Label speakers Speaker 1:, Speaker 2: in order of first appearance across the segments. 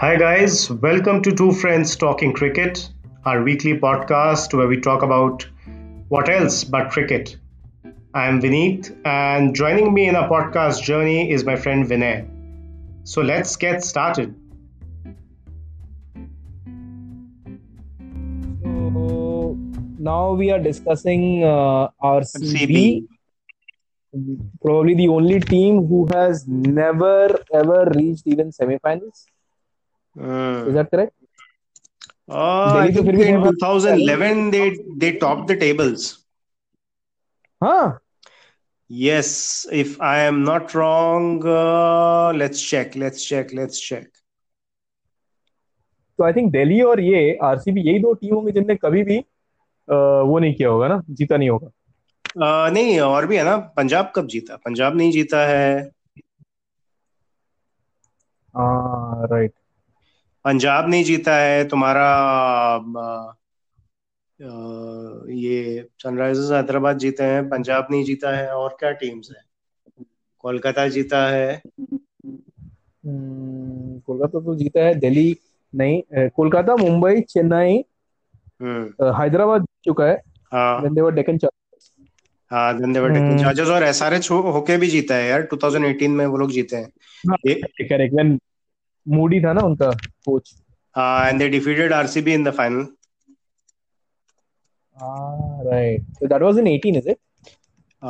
Speaker 1: Hi, guys. Welcome to Two Friends Talking Cricket, our weekly podcast where we talk about what else but cricket. I am Vineet, and joining me in our podcast journey is my friend Vinay. So let's get started.
Speaker 2: So तो now we are discussing uh, our CB, probably the only team who has never ever reached even semifinals. Is
Speaker 3: Uh,
Speaker 2: that correct?
Speaker 3: uh, I
Speaker 2: Delhi
Speaker 3: think
Speaker 2: तो फिर भी
Speaker 3: in
Speaker 2: बहुत-
Speaker 3: 2011 they they topped the tables.
Speaker 2: Huh?
Speaker 3: Yes, if I am not wrong, uh, let's check, let's check, let's check.
Speaker 2: तो I think Delhi और ये RCB यही दो team होंगी जिनने कभी भी अ, वो नहीं किया होगा ना जीता नहीं होगा
Speaker 3: Uh, नहीं और भी है ना पंजाब कब जीता पंजाब नहीं जीता है
Speaker 2: हाँ राइट
Speaker 3: पंजाब नहीं जीता है तुम्हारा अ, अ, ये सनराइजर्स हैदराबाद जीते हैं पंजाब नहीं जीता है और क्या टीम्स है कोलकाता जीता है
Speaker 2: कोलकाता तो जीता है दिल्ली नहीं अ, कोलकाता मुंबई चेन्नई
Speaker 3: हम्म
Speaker 2: अ, हैदराबाद जीत चुका है
Speaker 3: हाँ
Speaker 2: when they were Deccan Chargers.
Speaker 3: हाँ then they were Deccan
Speaker 2: हम्म।
Speaker 3: Chargers और एसआरएच हो, होके भी जीता है यार 2018 में वो लोग जीते हैं They-
Speaker 2: करेक्ट when मूडी था ना उनका coach
Speaker 3: Uh, and they defeated RCB in the final.
Speaker 2: Right so that was in 18 is it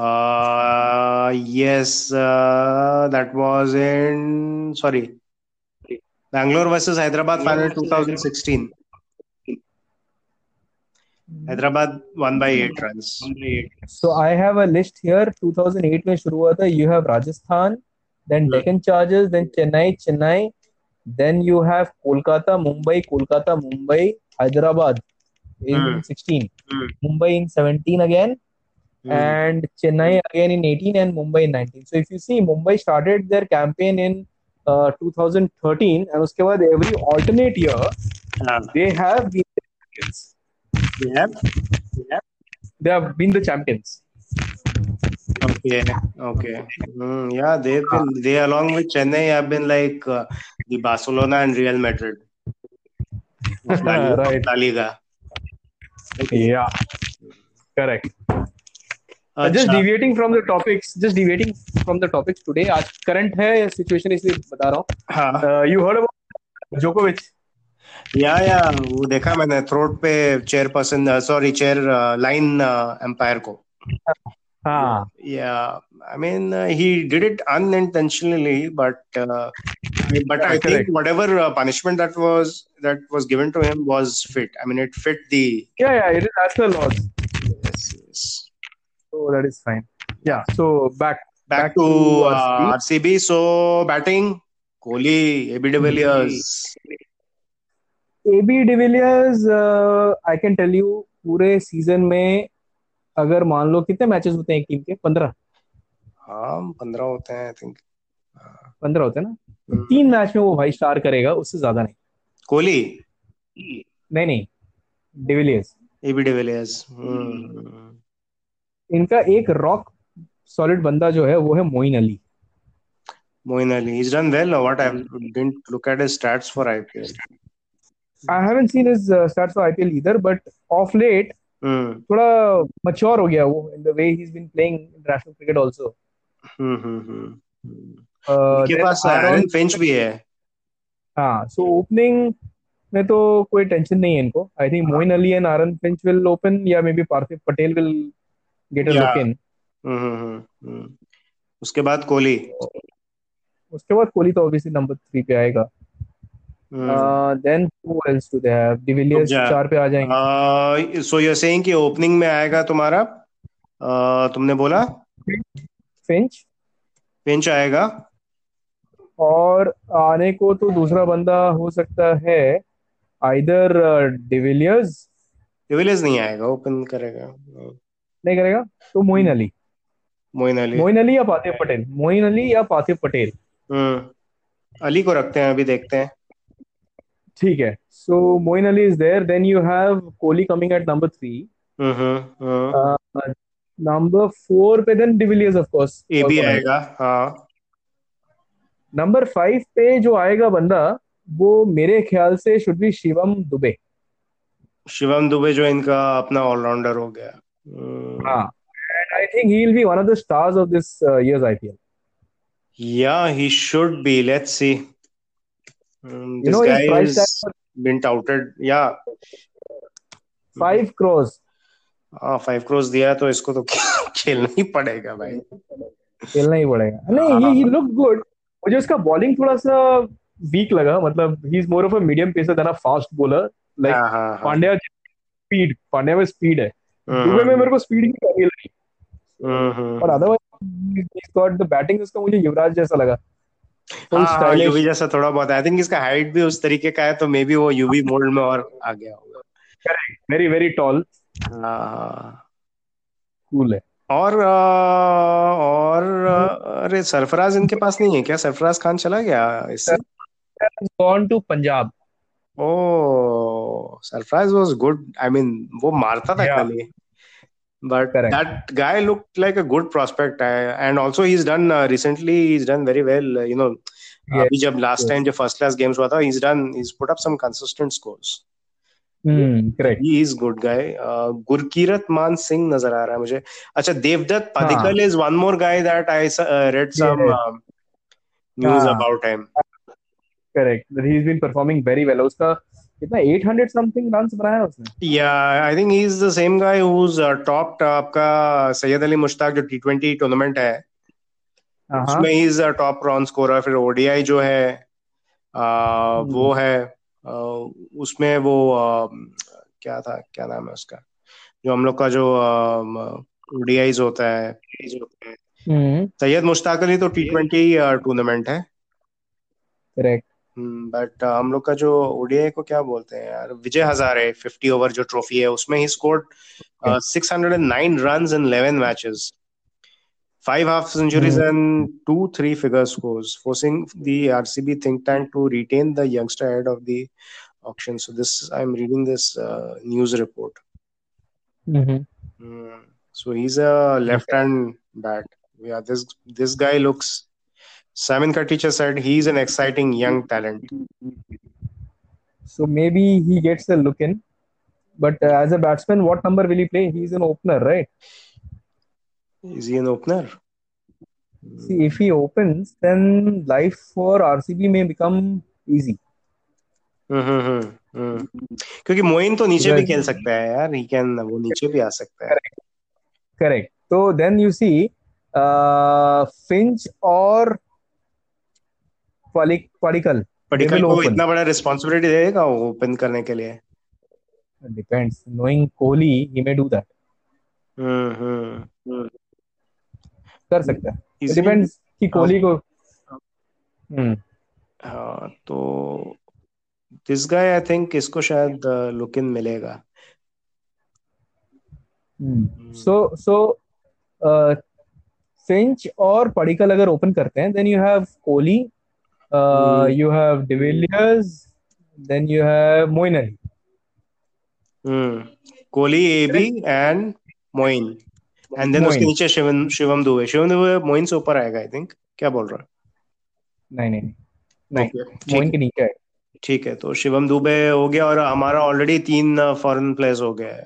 Speaker 3: Uh, yes, uh, that was in sorry, Bangalore versus Hyderabad final 2016. Hyderabad won by eight runs.
Speaker 2: So I have a list here 2008 में शुरू हुआ था you have Rajasthan then Deccan chargers then Chennai Chennai then you have Kolkata Mumbai Kolkata Mumbai Hyderabad in
Speaker 3: Hmm.
Speaker 2: 16
Speaker 3: Hmm.
Speaker 2: mumbai in 17 again and chennai again in 18 and mumbai in 19 so if you see mumbai started their campaign in uh, 2013 and उसके बाद every alternate year
Speaker 3: Uh,
Speaker 2: they have been the champions.
Speaker 3: yeah.
Speaker 2: They have been the champions.
Speaker 3: Okay. Okay. Mm, yeah, they've been they along with Chennai have been like uh, the Barcelona and Real Madrid. of La Liga.
Speaker 2: Right.
Speaker 3: La Liga.
Speaker 2: Yeah. Correct. Uh, just
Speaker 3: अच्छा,
Speaker 2: deviating from the topics, just deviating from the topics today. आज current है situation इसलिए बता रहा हूँ.
Speaker 3: हाँ
Speaker 2: Uh, you heard about Djokovic?
Speaker 3: या या वो देखा मैंने थ्रोट पे uh, chair person sorry chair line umpire uh, को
Speaker 2: हाँ.
Speaker 3: Yeah I mean he did it unintentionally but uh, but i think
Speaker 2: Correct.
Speaker 3: whatever uh, punishment that was that was given to him was fit i mean it fit the
Speaker 2: Yeah, yeah. It is as per laws,
Speaker 3: yes, yes.
Speaker 2: so that is fine. Yeah. So back.
Speaker 3: back,
Speaker 2: Back
Speaker 3: to,
Speaker 2: to
Speaker 3: uh, rcb so batting kohli ab de villiers
Speaker 2: AB de Villiers, uh, I can tell you पूरे season में अगर मान लो कितने matches होते हैं एक team के? 15
Speaker 3: हाँ 15 Um, होते हैं Uh, आई थिंक
Speaker 2: पंद्रह होते हैं ना तो तीन मैच में वो भाई स्टार करेगा उससे ज्यादा नहीं
Speaker 3: hmm. kohli
Speaker 2: नहीं नहीं de Villiers
Speaker 3: ab de villiers hmm.
Speaker 2: इनका एक रॉक सॉलिड बंदा जो है वो है Moin Ali
Speaker 3: Moin Ali. He's done well. or What I
Speaker 2: Hmm.
Speaker 3: didn't look at his stats for IPL.
Speaker 2: I haven't seen his stats for IPL either but of late
Speaker 3: Hmm.
Speaker 2: थोड़ा mature हो गया वो in the way he is been playing international cricket also
Speaker 3: Hmm. hmm, hmm.
Speaker 2: Uh,
Speaker 3: उनके पास Aaron Finch भी है.
Speaker 2: हाँ so opening में तो कोई टेंशन नहीं है इनको आई
Speaker 3: हाँ।
Speaker 2: Think Moin Ali and Aaron Finch will open या maybe Parthiv Patel will get a
Speaker 3: Yeah.
Speaker 2: Look in
Speaker 3: Hmm, hmm, hmm, hmm. उसके बाद कोहली.
Speaker 2: उसके बाद कोहली तो ऑब्वियसली नंबर थ्री पे आएगा
Speaker 3: Hmm.
Speaker 2: Then who else do they have de Villiers
Speaker 3: रुक जा।
Speaker 2: चार पे आ जाएंगे
Speaker 3: Uh, so you're saying कि ओपनिंग में आएगा तुम्हारा uh, तुमने बोला
Speaker 2: फिंच
Speaker 3: फिंच आएगा
Speaker 2: और आने को तो दूसरा बंदा हो सकता है uh, आइदर डिविलियर्स
Speaker 3: डिविलियर्स नहीं आएगा ओपन करेगा हम्म,
Speaker 2: नहीं करेगा तो मोइन अली
Speaker 3: मोइन अली
Speaker 2: मोइन अली या पार्थिव पटेल मोइन अली या पार्थिव पटेल
Speaker 3: हम्म अली को रखते हैं अभी देखते हैं
Speaker 2: ठीक है so Moin Ali is there then you have Kohli coming at number three
Speaker 3: hmm hmm, hmm
Speaker 2: number four Uh, पे देन डिविलियर्स ऑफ कोर्स
Speaker 3: ए भी आएगा हाँ
Speaker 2: नंबर फाइव पे जो आएगा बंदा वो मेरे ख्याल से शुड बी शिवम दुबे
Speaker 3: शिवम दुबे जो इनका अपना ऑलराउंडर हो गया हम्म,
Speaker 2: हाँ and I think he'll be one of the stars of this uh, year's IPL.
Speaker 3: Yeah, he should be. Let's see. Um,
Speaker 2: You
Speaker 3: this
Speaker 2: know, his
Speaker 3: guy
Speaker 2: price tag
Speaker 3: has been touted. Yeah,
Speaker 2: Five crores.
Speaker 3: हाँ five crores दिया है, तो इसको तो खेलना ही पड़ेगा भाई
Speaker 2: खेलना ही पड़ेगा
Speaker 3: हाँ,
Speaker 2: नहीं
Speaker 3: हाँ,
Speaker 2: ही लुक गुड मुझे उसका बॉलिंग थोड़ा सा वीक लगा मतलब he is more of a medium pacer than a fast bowler Like,
Speaker 3: हाँ हाँ हाँ
Speaker 2: पांड्या स्पीड पांड्या में स्पीड है
Speaker 3: हम्म,
Speaker 2: दुबे में मेरे को स्पीड की कमी लगी
Speaker 3: हम्म, हम्म।
Speaker 2: और अदरवाइज गॉट द बैटिंग उसका मुझे युवराज जैसा लगा फुल
Speaker 3: हाँ, हाँ,
Speaker 2: स्टाइलिश
Speaker 3: यूवी जैसा थोड़ा बहुत आई थिंक इसका हाइट भी उस तरीके का है तो मे बी वो यूवी मोल्ड में और आ गया होगा
Speaker 2: वेरी वेरी टॉल
Speaker 3: हाँ, हाँ
Speaker 2: कूल है
Speaker 3: और अ, और अ, अरे सरफराज इनके पास नहीं है क्या सरफराज खान चला गया इससे
Speaker 2: gone to Punjab
Speaker 3: Oh, Surprise was good. I mean, वो मारता था
Speaker 2: Yeah.
Speaker 3: खाली. But
Speaker 2: Correct.
Speaker 3: that guy looked like a good prospect, I, and also he's done uh, recently. He's done very well. Uh, you know,
Speaker 2: Yes,
Speaker 3: अभी जब last
Speaker 2: yes.
Speaker 3: time जब first class games हुआ था, he's done. He's put up some consistent scores.
Speaker 2: Hmm correct
Speaker 3: He is good guy. Uh, Gurkirat Man Singh नजर आ रहा है मुझे. अच्छा, Devdutt
Speaker 2: हाँ.
Speaker 3: Padikkal is one more guy that I uh, read some
Speaker 2: Yeah.
Speaker 3: um, news
Speaker 2: हाँ.
Speaker 3: about him.
Speaker 2: Correct he is been performing very well उसका कितना 800 something runs बनाया है उसने
Speaker 3: Yeah, I think he's the same guy who's uh, topped uh, आपका सैयद अली मुश्ताक जो T twenty tournament है
Speaker 2: हाँ हाँ
Speaker 3: उसमें he is top run scorer फिर ओडीआई जो है uh, वो है uh, उसमें वो uh, क्या था क्या नाम है उसका जो हम लोग का जो ओडीआईज होता है
Speaker 2: हम्म
Speaker 3: सैयद मुश्ताक अली तो टी ट्वेंटी टूर्नामेंट है
Speaker 2: करेक्ट
Speaker 3: बट हम्म, uh, हम लोग का जो ओडीआई को क्या बोलते हैं यार विजय हजारे फिफ्टी ओवर जो ट्रॉफी है उसमें ही uh, scored six hundred and nine run in eleven matches five half centuries and two three figure scores forcing the RCB think tank to retain the youngster head of the auction so this I am reading this news report
Speaker 2: hmm
Speaker 3: Hmm. So he is a left hand bat yeah this this guy looks simon katica said he's an exciting young talent
Speaker 2: so maybe he gets a look in but as a batsman what number will he play he is an opener right
Speaker 3: is he an opener hmm,
Speaker 2: See, if he opens, then life for RCB may become easy.
Speaker 3: Hmm hmm hmm क्योंकि मोइन तो नीचे भी
Speaker 2: Right.
Speaker 3: खेल सकता है यार he can वो नीचे भी आ सकता है
Speaker 2: Correct. So then you see uh, Finch or Palik- Palikal.
Speaker 3: Padikkal
Speaker 2: will
Speaker 3: को
Speaker 2: open.
Speaker 3: इतना बड़ा रिस्पॉन्सिबिलिटी देगा वो ओपन करने के लिए
Speaker 2: Depends. Knowing Kohli, he may do that.
Speaker 3: हम्म हम्म
Speaker 2: कर सकता है. It
Speaker 3: इसी-
Speaker 2: depends कि कोहली को हम्म
Speaker 3: हाँ तो दिस गाय आई थिंक इसको शायद लुक इन मिलेगा
Speaker 2: Hmm. So so Finch uh, और पडिकल अगर ओपन करते हैं then you have Kohli uh,
Speaker 3: Hmm.
Speaker 2: You have de Villiers then you have Moin Ali
Speaker 3: hmm Kohli A B and Moin and then उसके
Speaker 2: मोइन।
Speaker 3: नीचे शिवम शिवम दुबे शिवम दुबे मोइन से ऊपर आएगा आई थिंक क्या बोल रहा
Speaker 2: नहीं नहीं नहीं
Speaker 3: है
Speaker 2: नहीं,
Speaker 3: Okay, ठीक
Speaker 2: मोइन के नीचे है
Speaker 3: ठीक है तो शिवम दुबे हो गया और हमारा ऑलरेडी तीन फॉरेन प्लेयर्स हो गया है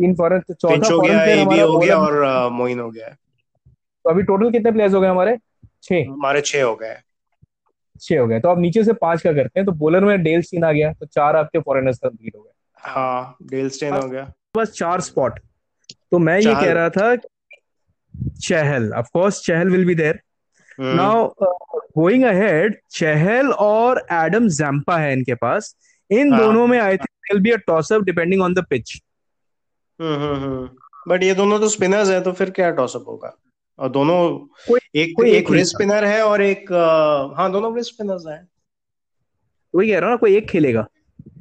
Speaker 2: तीन फॉरन
Speaker 3: फिंच
Speaker 2: चौथा
Speaker 3: हो
Speaker 2: फॉरन
Speaker 3: गया
Speaker 2: प्लेयर
Speaker 3: एबी
Speaker 2: हमारा
Speaker 3: हो गया
Speaker 2: ओलम-
Speaker 3: और अ, मोइन हो गया
Speaker 2: तो अभी टोटल कितने प्लेयर्स हो गए हमारे छह
Speaker 3: हमारे छह हो गए
Speaker 2: छह हो गए तो आप नीचे से पांच का करते हैं तो बॉलर में डेल स्टीन आ गया तो चार आपके फॉरेनर्स कंप्लीट हो गए
Speaker 3: हाँ डेल स्टेन हो गया
Speaker 2: बस चार स्पॉट तो मैं ये
Speaker 3: चार।
Speaker 2: कह रहा था Chahal of course Chahal will be there
Speaker 3: hmm,
Speaker 2: now going ahead Chahal और एडम जैम्पा है इनके पास इन
Speaker 3: हाँ।
Speaker 2: दोनों में I think will be a toss up depending on the pitch
Speaker 3: hmm hmm hmm but ये दोनों तो स्पिनर्स है तो फिर क्या टॉस अप होगा और दोनों
Speaker 2: कोई-
Speaker 3: एक
Speaker 2: कोई
Speaker 3: एक
Speaker 2: एक
Speaker 3: ब्रिज
Speaker 2: ही-
Speaker 3: स्पिनर है और एक अ, हाँ दोनों ब्रिज स्पिनर्स हैं
Speaker 2: वही कह रहा हूँ ना कोई एक खेलेगा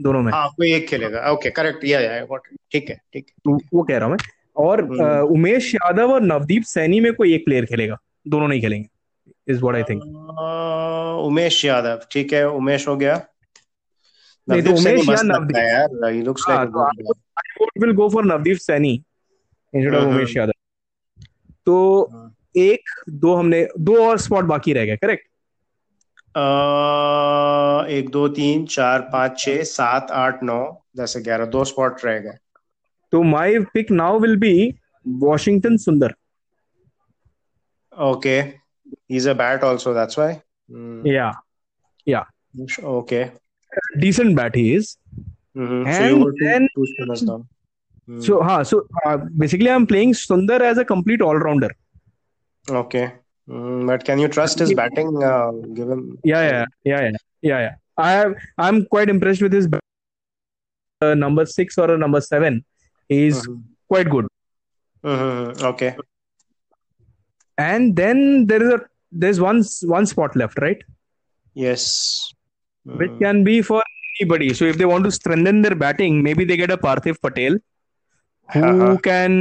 Speaker 2: दोनों में
Speaker 3: हाँ कोई एक खेलेगा okay correct yeah yeah got ठीक है ठीक है
Speaker 2: वो कह रहा हूं मैं और
Speaker 3: हम्म।
Speaker 2: अ, उमेश यादव और नवदीप सैनी में कोई एक प्लेयर खेलेगा दोनों नहीं खेलेंगे is what I think
Speaker 3: a, Umesh Yadav Uh, ठीक है उमेश हो गया
Speaker 2: नहीं, तो
Speaker 3: नवदीप सैनी
Speaker 2: उमेश या
Speaker 3: मस्त
Speaker 2: नवदीप।
Speaker 3: लगता है यार ही लुक्स
Speaker 2: हाँ,
Speaker 3: लाइक
Speaker 2: तो आपको- I would will go for Navdeep Saini instead of
Speaker 3: hmm,
Speaker 2: Umesh Yadav तो एक दो हमने दो और स्पॉट बाकी रह गए करेक्ट
Speaker 3: आ, Uh, एक दो तीन चार पाँच छः सात आठ नौ दस ग्यारह दो स्पॉट रह गए
Speaker 2: तो my pick now will be Washington Sundar
Speaker 3: okay is a bat also that's why
Speaker 2: yeah yeah
Speaker 3: okay
Speaker 2: decent bat he is
Speaker 3: Hmm. so you
Speaker 2: And
Speaker 3: were two,
Speaker 2: then-
Speaker 3: two spinners down. Hmm.
Speaker 2: so ha so uh, basically i'm playing sundar as a complete all-rounder
Speaker 3: okay. Hmm, but can you trust his batting? Uh, give him.
Speaker 2: yeah yeah yeah yeah yeah, yeah. i have, i'm quite impressed with his bat. Uh, number 6 or a number 7 he is
Speaker 3: Mhm.
Speaker 2: quite good
Speaker 3: Mhm. Okay.
Speaker 2: and then there is a there's one s- one spot left right
Speaker 3: Yes.
Speaker 2: which
Speaker 3: Hmm.
Speaker 2: can be for anybody. So if they want to strengthen their batting, maybe they get a Parthiv Patel who
Speaker 3: Uh-huh.
Speaker 2: can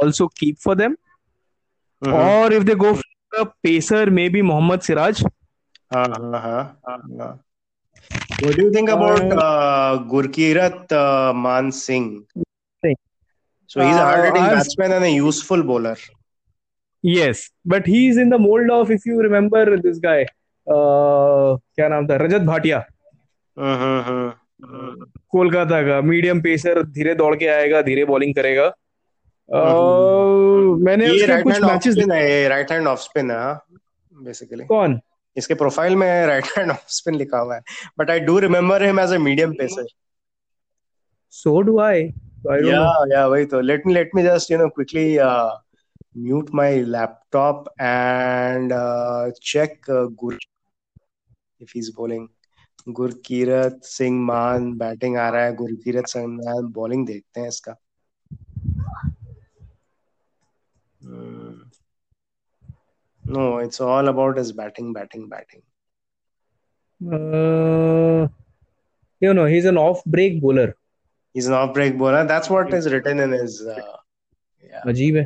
Speaker 2: also keep for them.
Speaker 3: Mhm.
Speaker 2: Or if they go for a pacer, maybe Mohammad Siraj.
Speaker 3: Uh-huh. Oh. What do you think about uh, Gurkirat uh, Man Singh?
Speaker 2: Singh.
Speaker 3: So he's a
Speaker 2: Uh,
Speaker 3: hard-hitting
Speaker 2: I've-
Speaker 3: batsman and a useful bowler.
Speaker 2: Yes, but he is in the mold of if you remember this guy, uh, क्या नाम था Rajat Bhatia
Speaker 3: Mm-hmm.
Speaker 2: Kolkata का medium pacer धीरे दौड़ के आएगा धीरे bowling करेगा
Speaker 3: हम्म।
Speaker 2: uh, मैंने
Speaker 3: ये
Speaker 2: उसके
Speaker 3: राइट
Speaker 2: कुछ
Speaker 3: हैंड ऑफ
Speaker 2: मैचेस
Speaker 3: स्पिन है ये राइट हैंड ऑफ स्पिन है बेसिकली
Speaker 2: कौन
Speaker 3: uh, इसके प्रोफाइल में राइट हैंड ऑफ स्पिन लिखा हुआ है but I do remember him as a medium pacer
Speaker 2: so do I I don't
Speaker 3: yeah yeah वही तो let me let me just you know quickly mute my laptop and check गुर if he is bowling Gurkirat Singh मान batting आ रहा है गुरकीरत सिंह मान bowling देखते हैं इसका no it's all about is batting batting batting
Speaker 2: Uh, you know, he's an off-break bowler.
Speaker 3: he's an off break bowler. That's what is written in his. Uh, yeah.
Speaker 2: अजीब है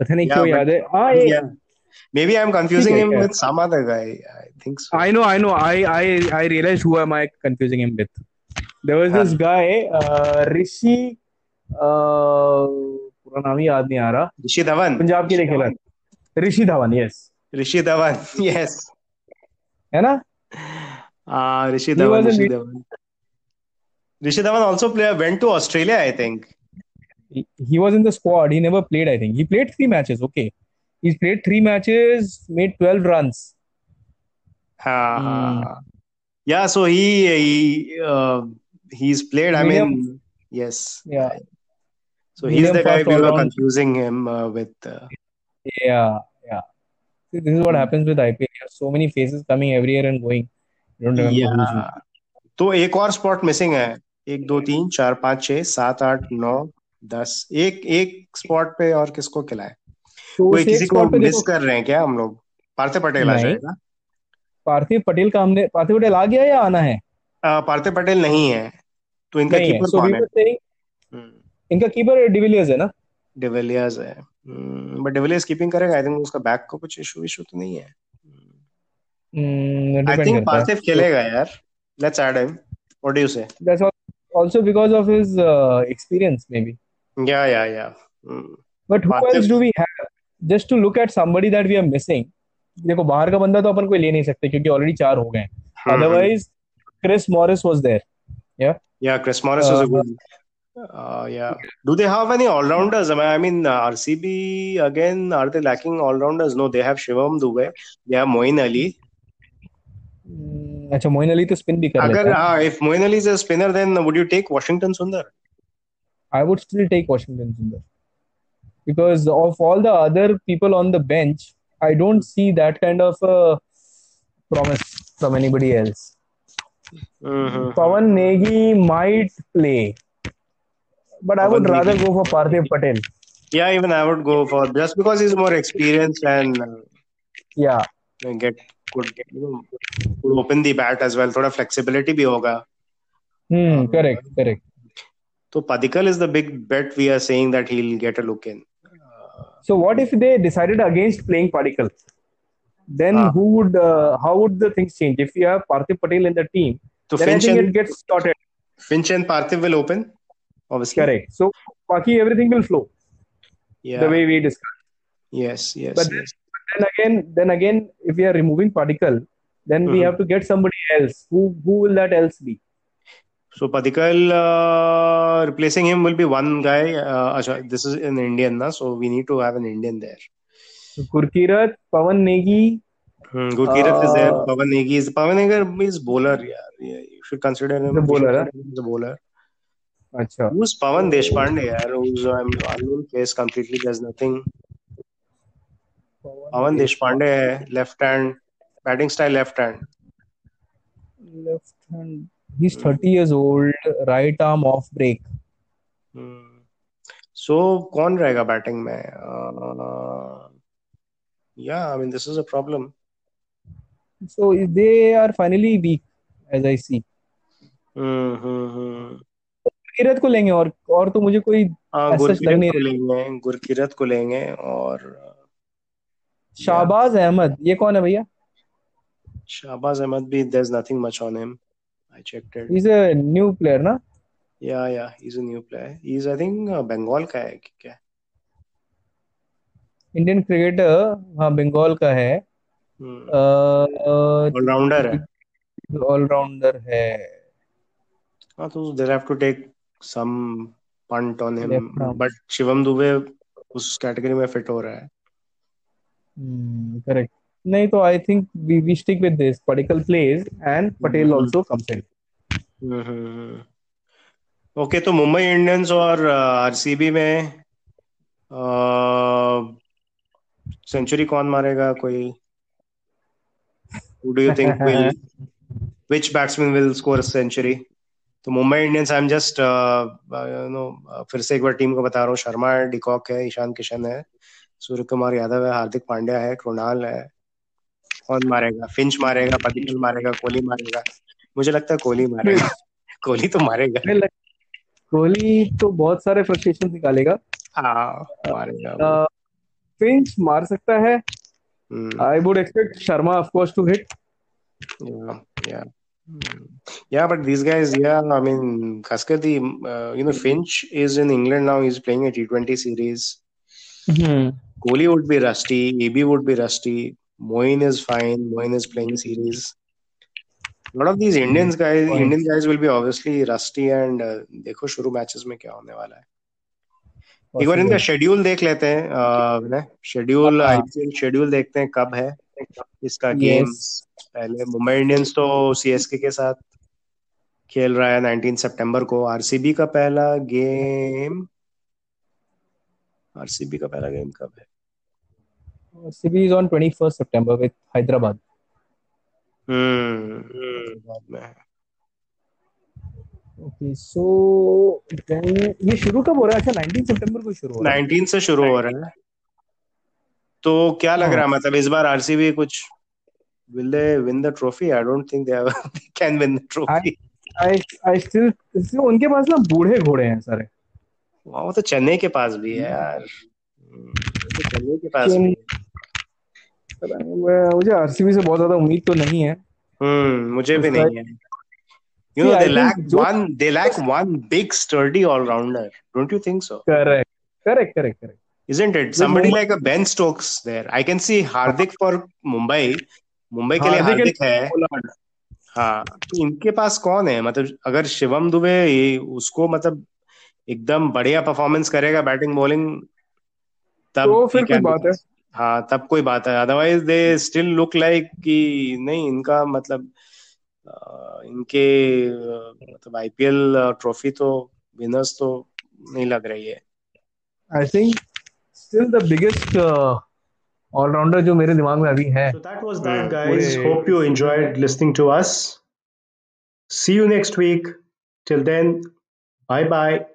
Speaker 2: पता नहीं
Speaker 3: Yeah,
Speaker 2: क्यों
Speaker 3: but-
Speaker 2: याद है हाँ ये
Speaker 3: yeah. Maybe I'm confusing
Speaker 2: Okay,
Speaker 3: him
Speaker 2: yeah.
Speaker 3: with some other guy. I think so.
Speaker 2: I know, I know. I I I realized who am I confusing him with. There was this
Speaker 3: हाँ.
Speaker 2: guy, uh, Rishi, uh, पूरा नाम ही याद नहीं आ रहा.
Speaker 3: Rishi Dhawan.
Speaker 2: Punjab के लिए खेला. ऋषि Dhawan, yes.
Speaker 3: Rishi Dhawan. Yes.
Speaker 2: है ना?
Speaker 3: Ah, Rishi
Speaker 2: He was
Speaker 3: Dhawan.
Speaker 2: a
Speaker 3: Rishi
Speaker 2: mid-
Speaker 3: Dhawan. Rishi Dhawan also play, went to Australia, I think.
Speaker 2: He, he was in the squad. He never played. I think he played three matches. Okay, he's played three matches, made twelve runs.
Speaker 3: Ha, ha,
Speaker 2: Hmm.
Speaker 3: ha. Yeah. So he he uh, he's played. I
Speaker 2: Medium-
Speaker 3: mean, yes.
Speaker 2: Yeah,
Speaker 3: So he's
Speaker 2: medium
Speaker 3: the guy
Speaker 2: fast
Speaker 3: we were
Speaker 2: all-round.
Speaker 3: confusing him uh, with. Uh,
Speaker 2: Yeah, yeah. See, this is
Speaker 3: Hmm.
Speaker 2: what happens with IPL. You have so many faces coming every year and going. You don't remember who's who.
Speaker 3: Yeah. तो एक और spot missing है एक दो तीन चार पाँच छः सात आठ नौ दस एक एक स्पॉट पे और किसको खिलाए
Speaker 2: तो
Speaker 3: कोई
Speaker 2: उस एक
Speaker 3: किसी को
Speaker 2: स्पॉट पे
Speaker 3: मिस
Speaker 2: देखो
Speaker 3: कर रहे हैं क्या हम लोग पार्थिव पटेल आ
Speaker 2: नहीं।
Speaker 3: जाएगा
Speaker 2: पार्थिव पटेल का हमने पार्थिव पटेल आ गया या आना है
Speaker 3: अ, पार्थिव पटेल नहीं है तो इनका
Speaker 2: नहीं है
Speaker 3: कीपर
Speaker 2: सो वी
Speaker 3: कौन है
Speaker 2: वर सेइंग
Speaker 3: हम्म,
Speaker 2: इनका कीपर डिविलियर्स है ना
Speaker 3: डिविलियर्स है हम्म, बट डिविलियर्स कीपिंग करेगा आई थिंक उसका बैक को कुछ इशू इशू तो नहीं है आई
Speaker 2: डिपेंड
Speaker 3: थिंक
Speaker 2: करता है
Speaker 3: पार्थिव खेलेगा यार let's add him what do you say
Speaker 2: that's also because of his experience maybe
Speaker 3: yeah yeah yeah hmm,
Speaker 2: but who
Speaker 3: Parthiv-
Speaker 2: else do we have just to look at somebody that we are missing देखो बाहर का बंदा तो अपन कोई ले नहीं सकते क्योंकि ऑलरेडी चार हो गए
Speaker 3: हम्म,
Speaker 2: otherwise Chris Morris was there
Speaker 3: Yeah, Chris Morris is a good. Uh, yeah. Do they have any all rounders? I mean, I mean, uh, RCB again, are they lacking all rounders? No, they have Shivam Dubey, they have Moin Ali.
Speaker 2: अच्छा मोइन अली तो spin भी कर
Speaker 3: Agar,
Speaker 2: लेता है
Speaker 3: uh, if Moin Ali is a spinner, then would you take Washington Sundar?
Speaker 2: I would still take Washington Sundar because of all the other people on the bench, I don't see that kind of a promise from anybody else.
Speaker 3: Mm-hmm.
Speaker 2: Pawan Negi might play, but I
Speaker 3: Pawan
Speaker 2: would rather
Speaker 3: Negi.
Speaker 2: go for Parthiv Patel.
Speaker 3: Yeah, even I would go for just because he's more experienced and uh,
Speaker 2: Yeah,
Speaker 3: get could you know could open the bat as well. Thoda flexibility bhi hoga.
Speaker 2: hmm, correct, correct.
Speaker 3: So Padikal is the big bet we are saying that he'll get a look in. Uh,
Speaker 2: So what if they decided against playing Padikkal? Then
Speaker 3: Ah.
Speaker 2: who would? Uh, how would the things change if you have Parthiv Patel in the team?
Speaker 3: so
Speaker 2: then I
Speaker 3: Finch
Speaker 2: think
Speaker 3: and
Speaker 2: it gets sorted.
Speaker 3: Finch and Parthiv will open, obviously.
Speaker 2: Correct. So, Baki, everything will flow
Speaker 3: Yeah.
Speaker 2: the way we discussed.
Speaker 3: Yes, yes,
Speaker 2: But
Speaker 3: yes.
Speaker 2: then again, then again, if we are removing particle, then we
Speaker 3: Mhm.
Speaker 2: have to get somebody else. Who who will that else be?
Speaker 3: So Padikal uh, replacing him will be one guy. Uh, acha, this is an Indian, na, so we need to have an Indian there.
Speaker 2: Gurkirat, Pavan Negi.
Speaker 3: Hmm, Gurkirat is there.
Speaker 2: Uh,
Speaker 3: Pavan Negi is Pavan Negi is bowler. Yeah, yeah, you should consider him.
Speaker 2: The bowler, huh?
Speaker 3: The bowler.
Speaker 2: Acha.
Speaker 3: Who's Pavan Deshpande? Yeah, who's uh, I'm unknown case completely. There's nothing.
Speaker 2: Ah,
Speaker 3: Pavan Deshpande है left hand batting style left hand
Speaker 2: Left hand. He's 30 years old. Right arm off break.
Speaker 3: So hmm. कौन रहेगा Uh, batting में या I mean this is a problem
Speaker 2: So they are finally weak, as I see. हम्म, Gurkirat को लेंगे और और तो मुझे कोई
Speaker 3: हाँ
Speaker 2: ऐसा लग
Speaker 3: गुरकिरत
Speaker 2: नहीं
Speaker 3: को लेंगे गुरकिरत को लेंगे और uh,
Speaker 2: शाहबाज अहमद ये कौन है भैया?
Speaker 3: शाहबाज अहमद भी there is nothing much on him I checked it
Speaker 2: He's a new player ना?
Speaker 3: Yeah yeah he is a new player he is I think Bengal का है कि क्या
Speaker 2: इंडियन क्रिकेटर हाँ बंगाल का है Hmm.
Speaker 3: Uh, ऑलराउंडर है
Speaker 2: ऑलराउंडर है
Speaker 3: हाँ तो they'll have to take some punt on him
Speaker 2: Left arm.
Speaker 3: but Shivam Dube उस कैटेगरी में फिट हो रहा है
Speaker 2: करेक्ट Hmm, नहीं तो I think we we stick with this Padikkal plays and Patel
Speaker 3: Mhm.
Speaker 2: Also comes in
Speaker 3: hmm okay तो मुंबई इंडियंस और RCB में सेंचुरी कौन मारेगा कोई who do you think will which batsman will score a century तो Mumbai Indians I am just you know फिर से एक बार टीम को बता रहा हूँ शर्मा है डिकॉक है ईशान किशन है सूर्य कुमार यादव है हार्दिक पांड्या है कृणाल है कौन मारेगा फिंच मारेगा पतिकल मारेगा कोहली मारेगा मुझे लगता है कोहली मारेगा कोहली तो मारेगा
Speaker 2: कोहली तो बहुत सारे फ्रस्ट्रेशन निकालेगा
Speaker 3: हाँ मारेगा वो।
Speaker 2: अह, फिंच मार सकता है
Speaker 3: हम्म।
Speaker 2: I would expect Sharma of course to hit
Speaker 3: Yeah, yeah. Mm. Yeah, but these guys, yeah, I mean, Kaskar, the, uh, you know, Finch is in England now. He's playing a T20 series.
Speaker 2: Hmm.
Speaker 3: Kohli would be rusty. AB would be rusty. Moin is fine. Moin is playing series. A lot of these Indians guys,
Speaker 2: Moeen.
Speaker 3: Indian guys will be obviously rusty and uh, देखो शुरू matches में क्या होने वाला है एक बार इनका schedule देख लेते हैं uh, अह, विनय शेड्यूल
Speaker 2: हाँ।
Speaker 3: आईपीएल शेड्यूल देखते हैं कब है इसका गेम पहले मुंबई इंडियंस तो सीएसके के साथ खेल रहा है 19 सितंबर को आरसीबी का पहला गेम आरसीबी का पहला गेम कब है
Speaker 2: सीबी इज ऑन 21st सितंबर विद हैदराबाद
Speaker 3: हम्म बाद में है।
Speaker 2: ओके सो देन ये शुरू कब हो रहा है अच्छा 19 सितंबर को शुरू हो रहा है
Speaker 3: 19 से शुरू हो रहा है तो क्या लग
Speaker 2: हाँ।
Speaker 3: रहा है मतलब इस बार आरसीबी कुछ will they win the trophy I don't think they can win the trophy
Speaker 2: I I still उनके पास ना बूढ़े घोड़े हैं सारे
Speaker 3: वो तो चेन्नई के पास भी है यार हम्म, वो तो चेन्नई के पास भी है
Speaker 2: पता नहीं, मैं- मुझे आरसीबी से बहुत ज्यादा उम्मीद तो नहीं है
Speaker 3: हम्म मुझे भी
Speaker 2: उसका-
Speaker 3: नहीं है you know
Speaker 2: तो
Speaker 3: they
Speaker 2: See, I think
Speaker 3: lack
Speaker 2: जो-
Speaker 3: one they lack one big sturdy all rounder don't you think so
Speaker 2: correct correct correct correct
Speaker 3: isn't it somebody
Speaker 2: Mumbai-
Speaker 3: like a Ben Stokes there I can see Hardik for Mumbai Mumbai के लिए हार्दिक
Speaker 2: हार्दिक
Speaker 3: है हाँ तो इनके पास कौन है मतलब अगर शिवम दुबे ये उसको मतलब एकदम बढ़िया परफॉर्मेंस करेगा बैटिंग बॉलिंग तब
Speaker 2: तो फिर
Speaker 3: he
Speaker 2: कोई
Speaker 3: can be
Speaker 2: बात है।
Speaker 3: fast. हाँ तब कोई बात है otherwise they still look like कि नहीं इनका मतलब अ, इनके अ, मतलब आईपीएल ट्रॉफी तो विनर्स तो नहीं लग रही है
Speaker 2: I think still the biggest all rounder uh, जो मेरे दिमाग में अभी है
Speaker 1: So that was that,
Speaker 3: Hmm.
Speaker 1: guys.
Speaker 2: Pure-
Speaker 1: Hope you enjoyed listening to us. See you next week. Till then, bye bye.